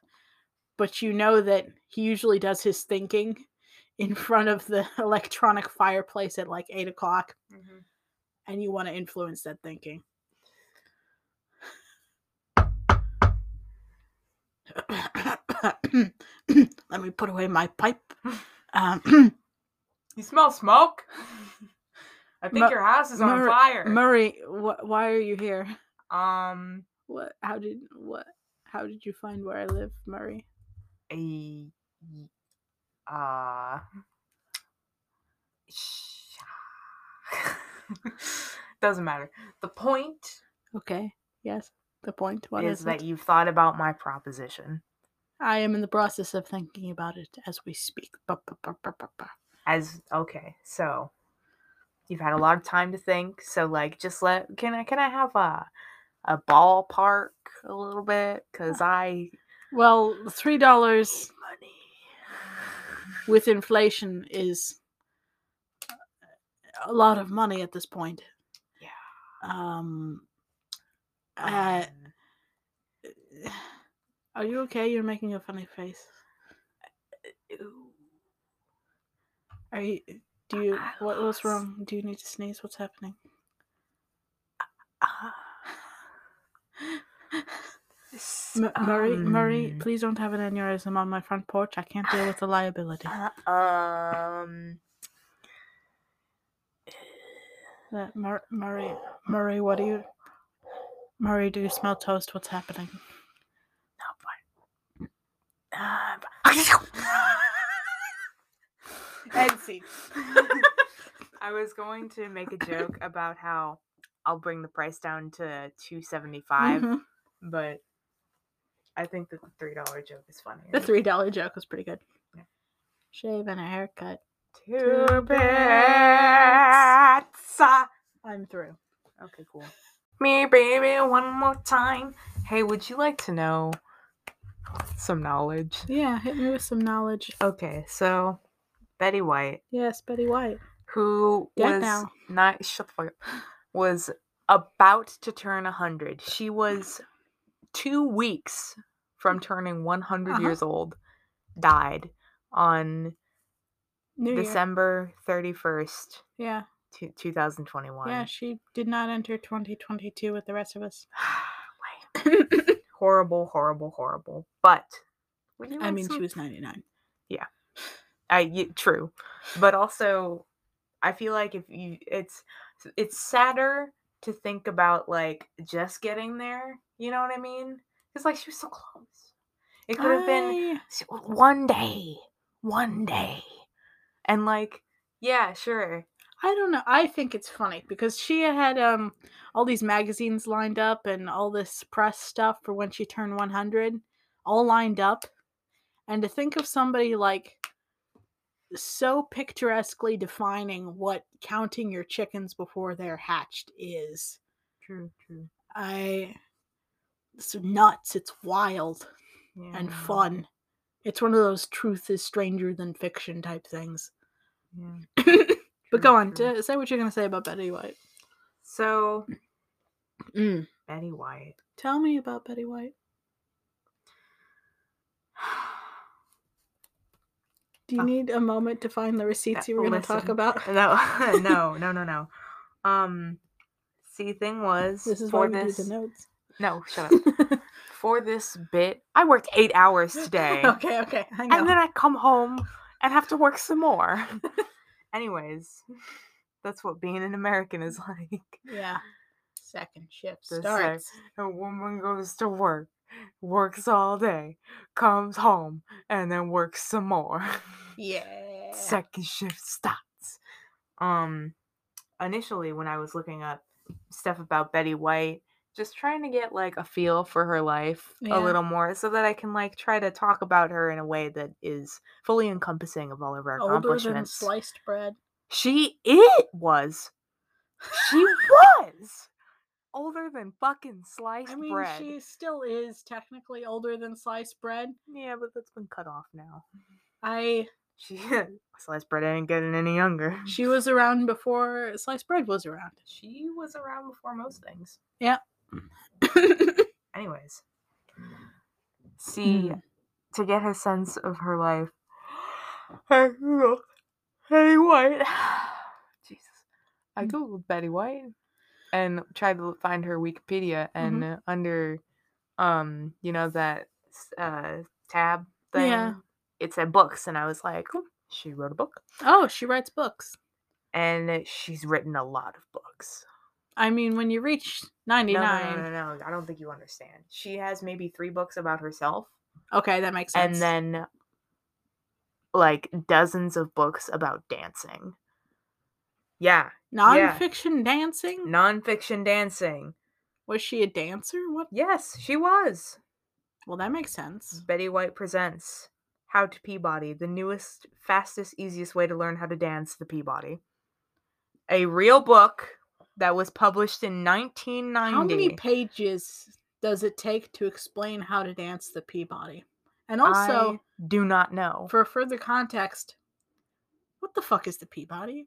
B: But you know that he usually does his thinking in front of the electronic fireplace at like eight o'clock,
A: Mhm.
B: and you want to influence that thinking. Let me put away my pipe. Um,
A: You smell smoke? I think
B: Mur-
A: your house is on
B: Mur-
A: fire.
B: Murray, wh- why are you here?
A: um,
B: What? How did what? How did you find where I live, Murray?
A: a uh sh- doesn't matter the point
B: Okay. Yes. The point. What
A: is
B: is,
A: that
B: it?
A: you've thought about my proposition
B: I am in the process of thinking about it as we speak. Ba- ba- ba- ba- ba- ba.
A: as okay so you've had a lot of time to think so like just let can i can i have a a ballpark a little bit because i
B: Well, three dollars
A: money
B: with inflation is a lot of money at this point.
A: Yeah.
B: Um. Uh,
A: Um,
B: are you okay? You're making a funny face.
A: ooh,
B: Are you? Do you?
A: I
B: What, what's
A: lost-
B: wrong? Do you need to sneeze? What's happening? Ah.
A: S-
B: M- Murray, Murray,
A: um,
B: please don't have an aneurysm on my front porch. I can't deal with the liability.
A: uh, um,
B: Uh, Mur- Murray, Murray, what do you? Murray, do you smell toast? What's happening?
A: uh,
B: End scene.
A: I was going to make a joke about how I'll bring the price down to two seventy five,
B: Mhm.
A: but I think that the three dollar joke is funny.
B: The three dollar joke was pretty good.
A: Yeah.
B: Shave and a haircut.
A: Two
B: Two
A: bits.
B: I'm through.
A: Okay, cool. Me, baby, one more time. Hey, would you like to know some knowledge?
B: Yeah, hit me with some knowledge.
A: Okay, so Betty White,
B: Yes, Betty White.
A: who
B: Dead
A: was
B: now.
A: not shut the fuck up, was about to turn hundred. She was two weeks from turning one
B: Uh-huh.
A: years old. Died on
B: New Year.
A: December thirty first,
B: Yeah,
A: two thousand twenty one.
B: yeah. She did not enter 2022 with the rest of us.
A: horrible, horrible, horrible. But would you
B: I
A: like
B: mean,
A: some-
B: she was 99.
A: I y- true, but also I feel like if you, it's it's sadder to think about like just getting there. You know what I mean? It's like she was so close. It could have been
B: I-
A: s- one day, one day, and like yeah, sure.
B: I don't know. I think it's funny because she had um all these magazines lined up and all this press stuff for when she turned 100, all lined up. And to think of somebody like so picturesquely defining what counting your chickens before they're hatched is,
A: True, true.
B: I it's nuts. It's wild and
A: Yeah,
B: fun. It's one of those truth is stranger than fiction type things.
A: yeah. True,
B: But go on,
A: true.
B: t- say what you're gonna say about Betty White.
A: So
B: Mm.
A: Betty White.
B: Tell me about Betty White. Do you
A: Uh,
B: need a moment to find the receipts
A: that-
B: you were going to talk
A: Uh, listen.
B: about?
A: No, no, no, no, no. Um, see, thing was
B: This is
A: for
B: why we
A: Mm, this.
B: do the notes.
A: No, shut up. for this bit, I worked eight hours today,
B: okay, okay. I know.
A: and then I come home and have to work some more. Anyways, that's what being an American is like.
B: yeah. Second shift
A: The sec-
B: starts.
A: A woman goes to work, works all day, comes home, and then works some more.
B: Yeah.
A: second shift starts. Um, initially, when I was looking up stuff about Betty White, just trying to get like a feel for her life a
B: Yeah.
A: little more so that I can like try to talk about her in a way that is fully encompassing of all of her
B: Older than
A: accomplishments.
B: sliced bread.
A: she it was. She was older than fucking sliced
B: I mean,
A: bread.
B: she still is technically older than sliced bread.
A: Yeah, but that's been cut off now.
B: I
A: She sliced bread ain't getting any younger.
B: she was around before sliced bread was around.
A: She was around before most things. anyways see Hmm.
B: Mm.
A: to get a sense of her life i googled betty white jesus i
B: Mm.
A: googled betty white and tried to find her wikipedia and uh, under um you know that s- uh tab thing
B: Yeah.
A: it said books and i was like "Hmm, she wrote a book
B: oh, she writes books.
A: and she's written a lot of books
B: I mean, when you reach
A: no,
B: 99,
A: no, no, no, no. I don't think you understand. She has maybe three books about herself,
B: okay, that makes sense.
A: and then like dozens of books about dancing. Yeah, yeah.
B: nonfiction dancing.
A: nonfiction dancing.
B: Was she a dancer? What?
A: Yes, she was.
B: Well, that makes sense.
A: Betty White presents How to Peabody, the newest, fastest, easiest way to learn how to dance the Peabody. A real book that was published in 1990.
B: How many pages does it take to explain how to dance the Peabody? And also,
A: I do not know.
B: for further context, what the fuck is the Peabody?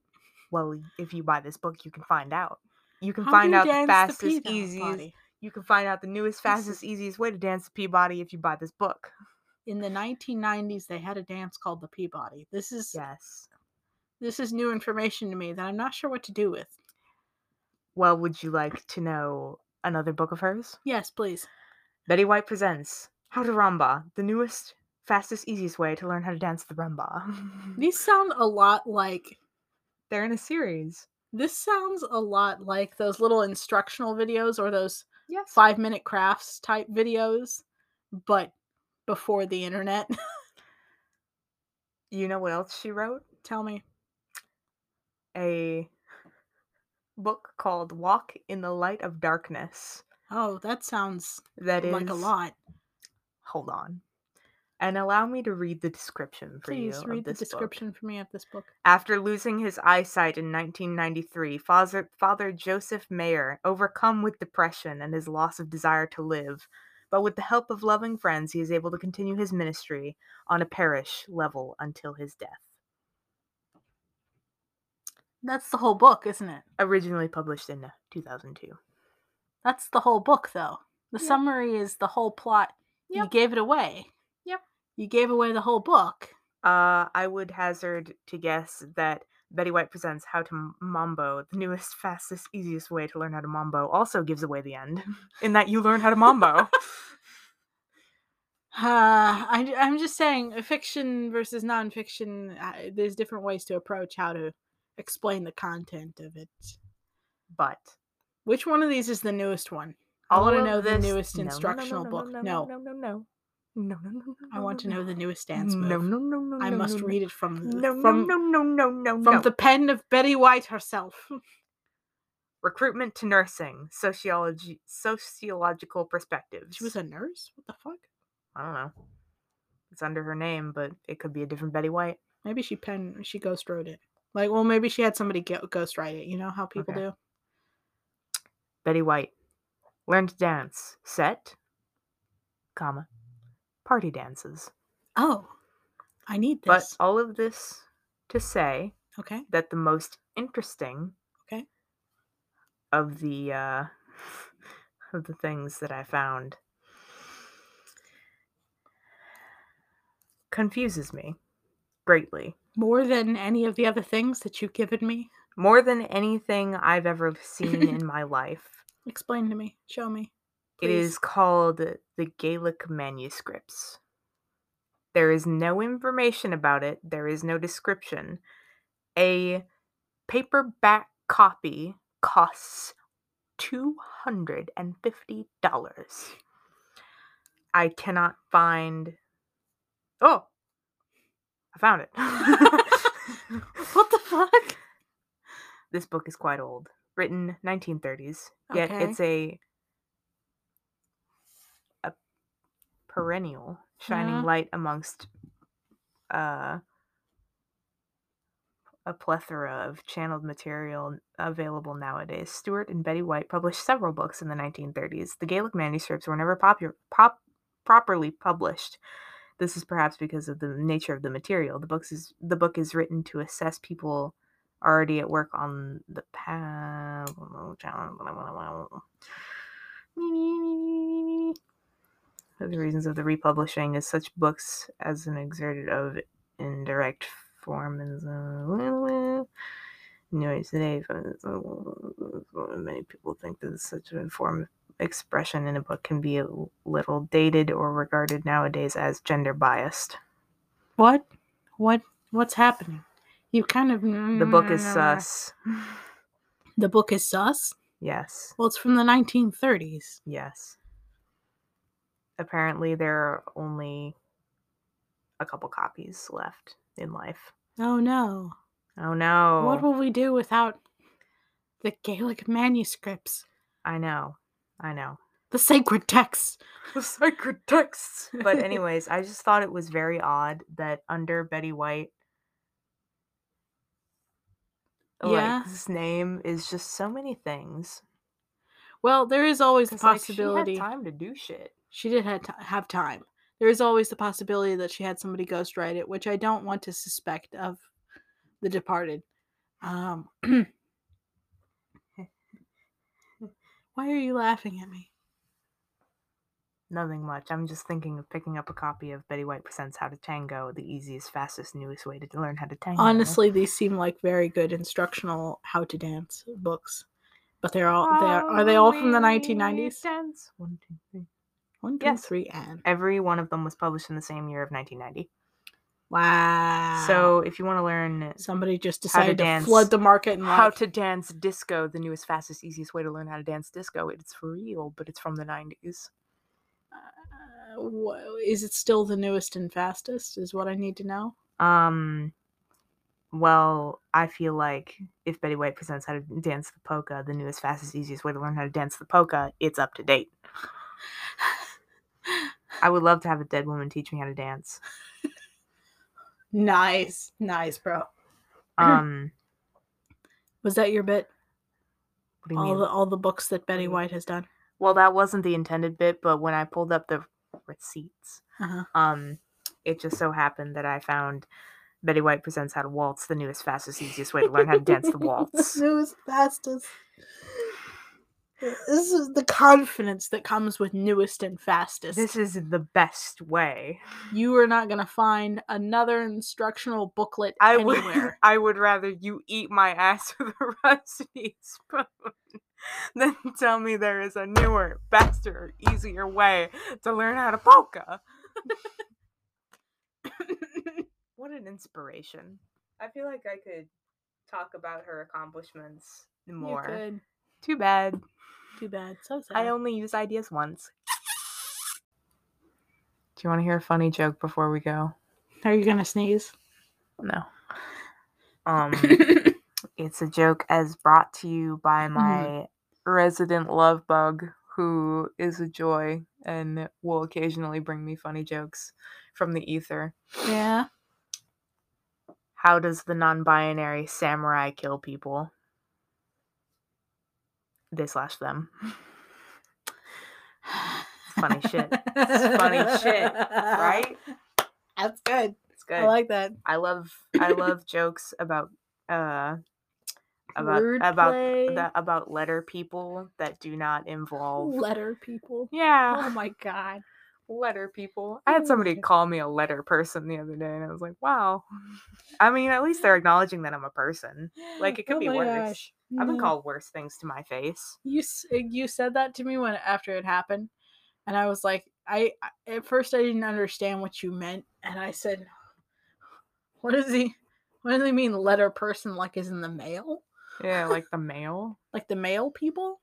A: well, if you buy this book, you can find out. You can
B: How do
A: find
B: you
A: out the
B: dance
A: fastest,
B: Peabody?
A: easiest, you can find out the newest, fastest, easiest way to dance the Peabody if you buy this book.
B: In the 1990s, they had a dance called the Peabody. This is
A: Yes.
B: this is new information to me that I'm not sure what to do with.
A: Well, would you like to know another book of hers?
B: Yes, please.
A: Betty White presents How to Rumba, the newest, fastest, easiest way to learn how to dance the rumba.
B: These sound a lot like
A: They're in a series.
B: this sounds a lot like those little instructional videos or those
A: Yes.
B: five minute crafts type videos, but before the internet.
A: You know what else she wrote?
B: Tell me.
A: A book called Walk in the Light of Darkness.
B: Oh, that sounds
A: That is
B: like a lot.
A: Hold on. And allow me to read the description for you.
B: Please
A: of
B: read the
A: this book.
B: description for me of this book.
A: After losing his eyesight in 1993, Father, Father Joseph Mayer, overcome with depression and his loss of desire to live, but with the help of loving friends, he is able to continue his ministry on a parish level until his death.
B: That's the whole book, isn't it?
A: Originally published in uh, 2002.
B: That's the whole book, though. The
A: Yep.
B: summary is the whole plot. You
A: Yep.
B: gave it away.
A: Yep.
B: You gave away the whole book.
A: Uh, I would hazard to guess that Betty White Presents How to M- Mambo, the newest, fastest, easiest way to learn how to mambo, also gives away the end, in that you learn how to mambo.
B: Uh, I, am just saying, uh, fiction versus nonfiction, uh, there's different ways to approach how to explain the content of it.
A: but
B: Which one of these is the newest one? I want to know the newest instructional book.
A: no,
B: No,
A: no, no, no, no, no.
B: I want to know the newest dance move.
A: No, no, no, no.
B: I
A: no,
B: must
A: no,
B: read it from the-
A: No, no,
B: from
A: no, no, no, no,
B: from
A: no.
B: the pen of Betty White herself.
A: recruitment to nursing sociology sociological perspectives.
B: She was a nurse. What the fuck?
A: I don't know. It's under her name, but it could be a different Betty White.
B: Maybe she pen she ghost wrote it. Like, well, maybe she had somebody go- ghost write it. You know how people
A: Okay.
B: do.
A: Betty White. Learn to dance. Set. Comma. Party dances.
B: Oh, I need
A: But
B: this.
A: all of this to say
B: okay.
A: that the most interesting
B: Okay.
A: of the uh of the things that I found confuses me greatly.
B: More than any of the other things that you've given me,
A: More than anything I've ever seen in my life.
B: explain to me. Show me.
A: It is
B: please.
A: called the Gaelic manuscripts. There is no information about it, there is no description. A paperback copy costs $250. I cannot find. Oh! I found it.
B: What the fuck?
A: this book is quite old, written 1930s. Yet it's a a perennial shining
B: Yeah.
A: light amongst uh, a plethora of channeled material n- available nowadays. Stewart and Betty White published several books in the 1930s. The Gaelic manuscripts were never popu- pop- properly published. This is perhaps because of the nature of the material. The books is the book is written to assess people already at work on the path. For the reasons of the republishing is such books as an exerted of indirect form and the noise today many people think that such an informed expression in a book can be a little dated or regarded nowadays as gender biased
B: What? What? What's happening? You kind of mm,
A: the book is sus
B: The book is sus.
A: yes
B: Well, it's from the 1930s.
A: Yes. Apparently, there are only a couple copies left in life.
B: Oh no!
A: Oh no.
B: What will we do without the Gaelic manuscripts,
A: I know. I know.
B: the sacred texts?
A: The sacred texts. But, anyways, I just thought it was very odd that under Betty White,
B: Yeah.
A: like, this name is just so many things.
B: Well, there is always the
A: 'Cause, like, she had
B: possibility.
A: time to do shit.
B: she did have, t- have time. There is always the possibility that she had somebody ghostwrite it, which I don't want to suspect of the departed. Um, why are you laughing at me?
A: Nothing much. I'm just thinking of picking up a copy of Betty White Presents How to Tango, the easiest, fastest, newest way to learn how to tango.
B: Honestly, these seem like very good instructional how to dance books, but they're all they are, are they all from the 1990s?
A: Dance. One, two, three.
B: One, two,
A: Yes.
B: three, and.
A: Every one of them was published in the same year of 1990.
B: Wow.
A: So if you want to learn
B: somebody
A: How
B: just
A: to
B: decided to,
A: dance.
B: flood the market and
A: how
B: like,
A: to dance disco, the newest, fastest, easiest way to learn how to dance disco, it's for real, but it's from the 90s.
B: uh, wha- is it still the newest and fastest? Is what I need to know.
A: Um, well, I feel like if Betty White presents how to dance the polka, the newest, fastest, easiest way to learn how to dance the polka, it's up to date. I would love to have a dead woman teach me how to dance.
B: Nice, nice, bro.
A: Um,
B: Was that your bit?
A: what do you
B: all
A: mean?
B: the all the books that Betty
A: Mm.
B: White has done.
A: Well, that wasn't the intended bit, but when I pulled up the receipts,
B: Uh-huh.
A: um, it just so happened that I found Betty White presents how to waltz, the newest, fastest, easiest way to learn how to dance the waltz.
B: newest, fastest. This is the confidence that comes with newest and fastest.
A: This is the best way.
B: you are not going to find another instructional booklet
A: I would,
B: anywhere.
A: I would rather you eat my ass with a rusty spoon than tell me there is a newer, faster, easier way to learn how to polka. what an inspiration! I feel like I could talk about her accomplishments
B: you
A: more.
B: could.
A: Too bad.
B: Too bad. So sad.
A: I only use ideas once. Do you want to hear a funny joke before we go?
B: Are you going to sneeze?
A: No. Um. It's a joke as brought to you by my resident love bug, who is a joy and will occasionally bring me funny jokes from the ether.
B: yeah.
A: How does the non binary samurai kill people? They slash them. funny shit. It's funny shit, Right?
B: That's good.
A: It's good.
B: I like that.
A: I love I love jokes about uh about about
B: Wordplay.
A: the, about letter people that do not involve
B: letter people.
A: yeah
B: Oh my god.
A: letter people. I had
B: Oh,
A: somebody
B: okay.
A: call me a letter person the other day, and I was like, wow. I mean, at least they're acknowledging that I'm a person. Like, it could
B: Oh
A: be
B: my
A: worse.
B: gosh.
A: I've been
B: No.
A: called worse things to my face.
B: You s- uh, you said that to me when after it happened, and I was like, I I- at first I didn't understand what you meant, and I said, "What does he? What does he mean? Letter person? Like is in the mail?
A: Yeah, like the mail.
B: Like the mail people?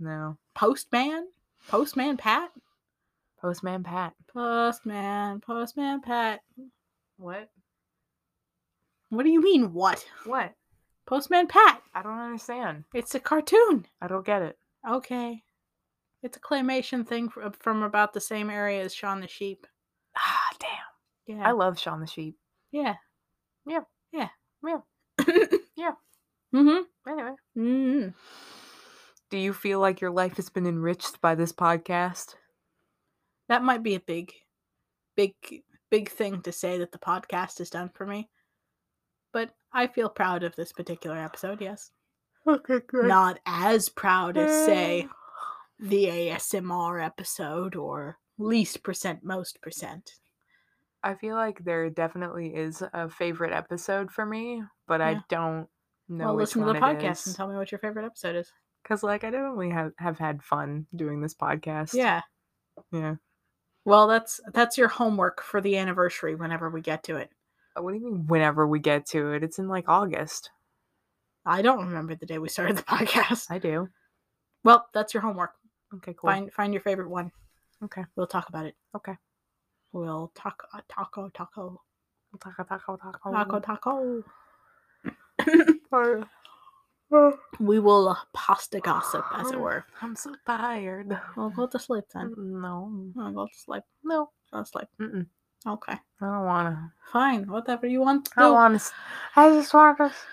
A: No.
B: Postman? Postman Pat?
A: Postman Pat.
B: Postman? Postman Pat?
A: What?
B: What do you mean? What?
A: What?
B: Postman Pat?
A: I don't understand.
B: It's a cartoon.
A: I don't get it.
B: Okay, it's a claymation thing fr- from about the same area as Shaun the Sheep.
A: Ah, damn.
B: Yeah.
A: I love Shaun the Sheep.
B: Yeah.
A: Yeah.
B: Yeah.
A: Yeah. Yeah.
B: Mm-hmm.
A: Anyway.
B: hmm
A: Do you feel like your life has been enriched by this podcast?
B: That might be a big, big, big thing to say that the podcast has done for me. But I feel proud of this particular episode, yes.
A: Okay, great.
B: Not as proud as, say, the ASMR episode or least percent, most percent.
A: I feel like there definitely is a favorite episode for me, but
B: Yeah.
A: I don't know
B: well,
A: which
B: listen to
A: one
B: the podcast and tell me what your favorite episode is.
A: Because like I definitely have have had fun doing this podcast.
B: Yeah.
A: yeah.
B: Well, that's that's your homework for the anniversary whenever we get to it.
A: Uh, What do you mean? Whenever we get to it, it's in like August.
B: I don't remember the day we started the podcast.
A: I do.
B: Well, that's your homework.
A: Okay, cool.
B: Find find your favorite one.
A: Okay.
B: We'll talk about it.
A: Okay.
B: We'll talk uh, taco taco
A: Taco, taco, taco.
B: taco taco.
A: taco.
B: We will uh, pasta gossip, as it were.
A: I'm so tired.
B: We'll go to sleep then.
A: No,
B: I'll go to sleep.
A: no,
B: Go to sleep.
A: Mm-mm.
B: Okay.
A: I don't wanna.
B: Fine. Whatever you want. to
A: I don't
B: do.
A: wanna. s- I just wanna s-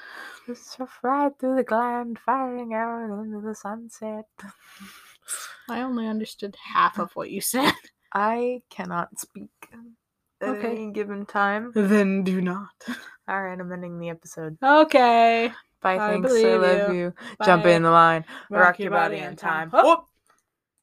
A: just ride through the gland, firing out into the sunset.
B: I only understood half of what you said.
A: I cannot speak at
B: Okay.
A: any given time.
B: then do not.
A: All right, I'm ending the episode.
B: Okay.
A: Bye,
B: I
A: thanks, I
B: believe
A: love
B: you.
A: you. Jump
B: Bye.
A: in the line, rock, your body, in
B: in
A: time.
B: Oh!
A: Whoop.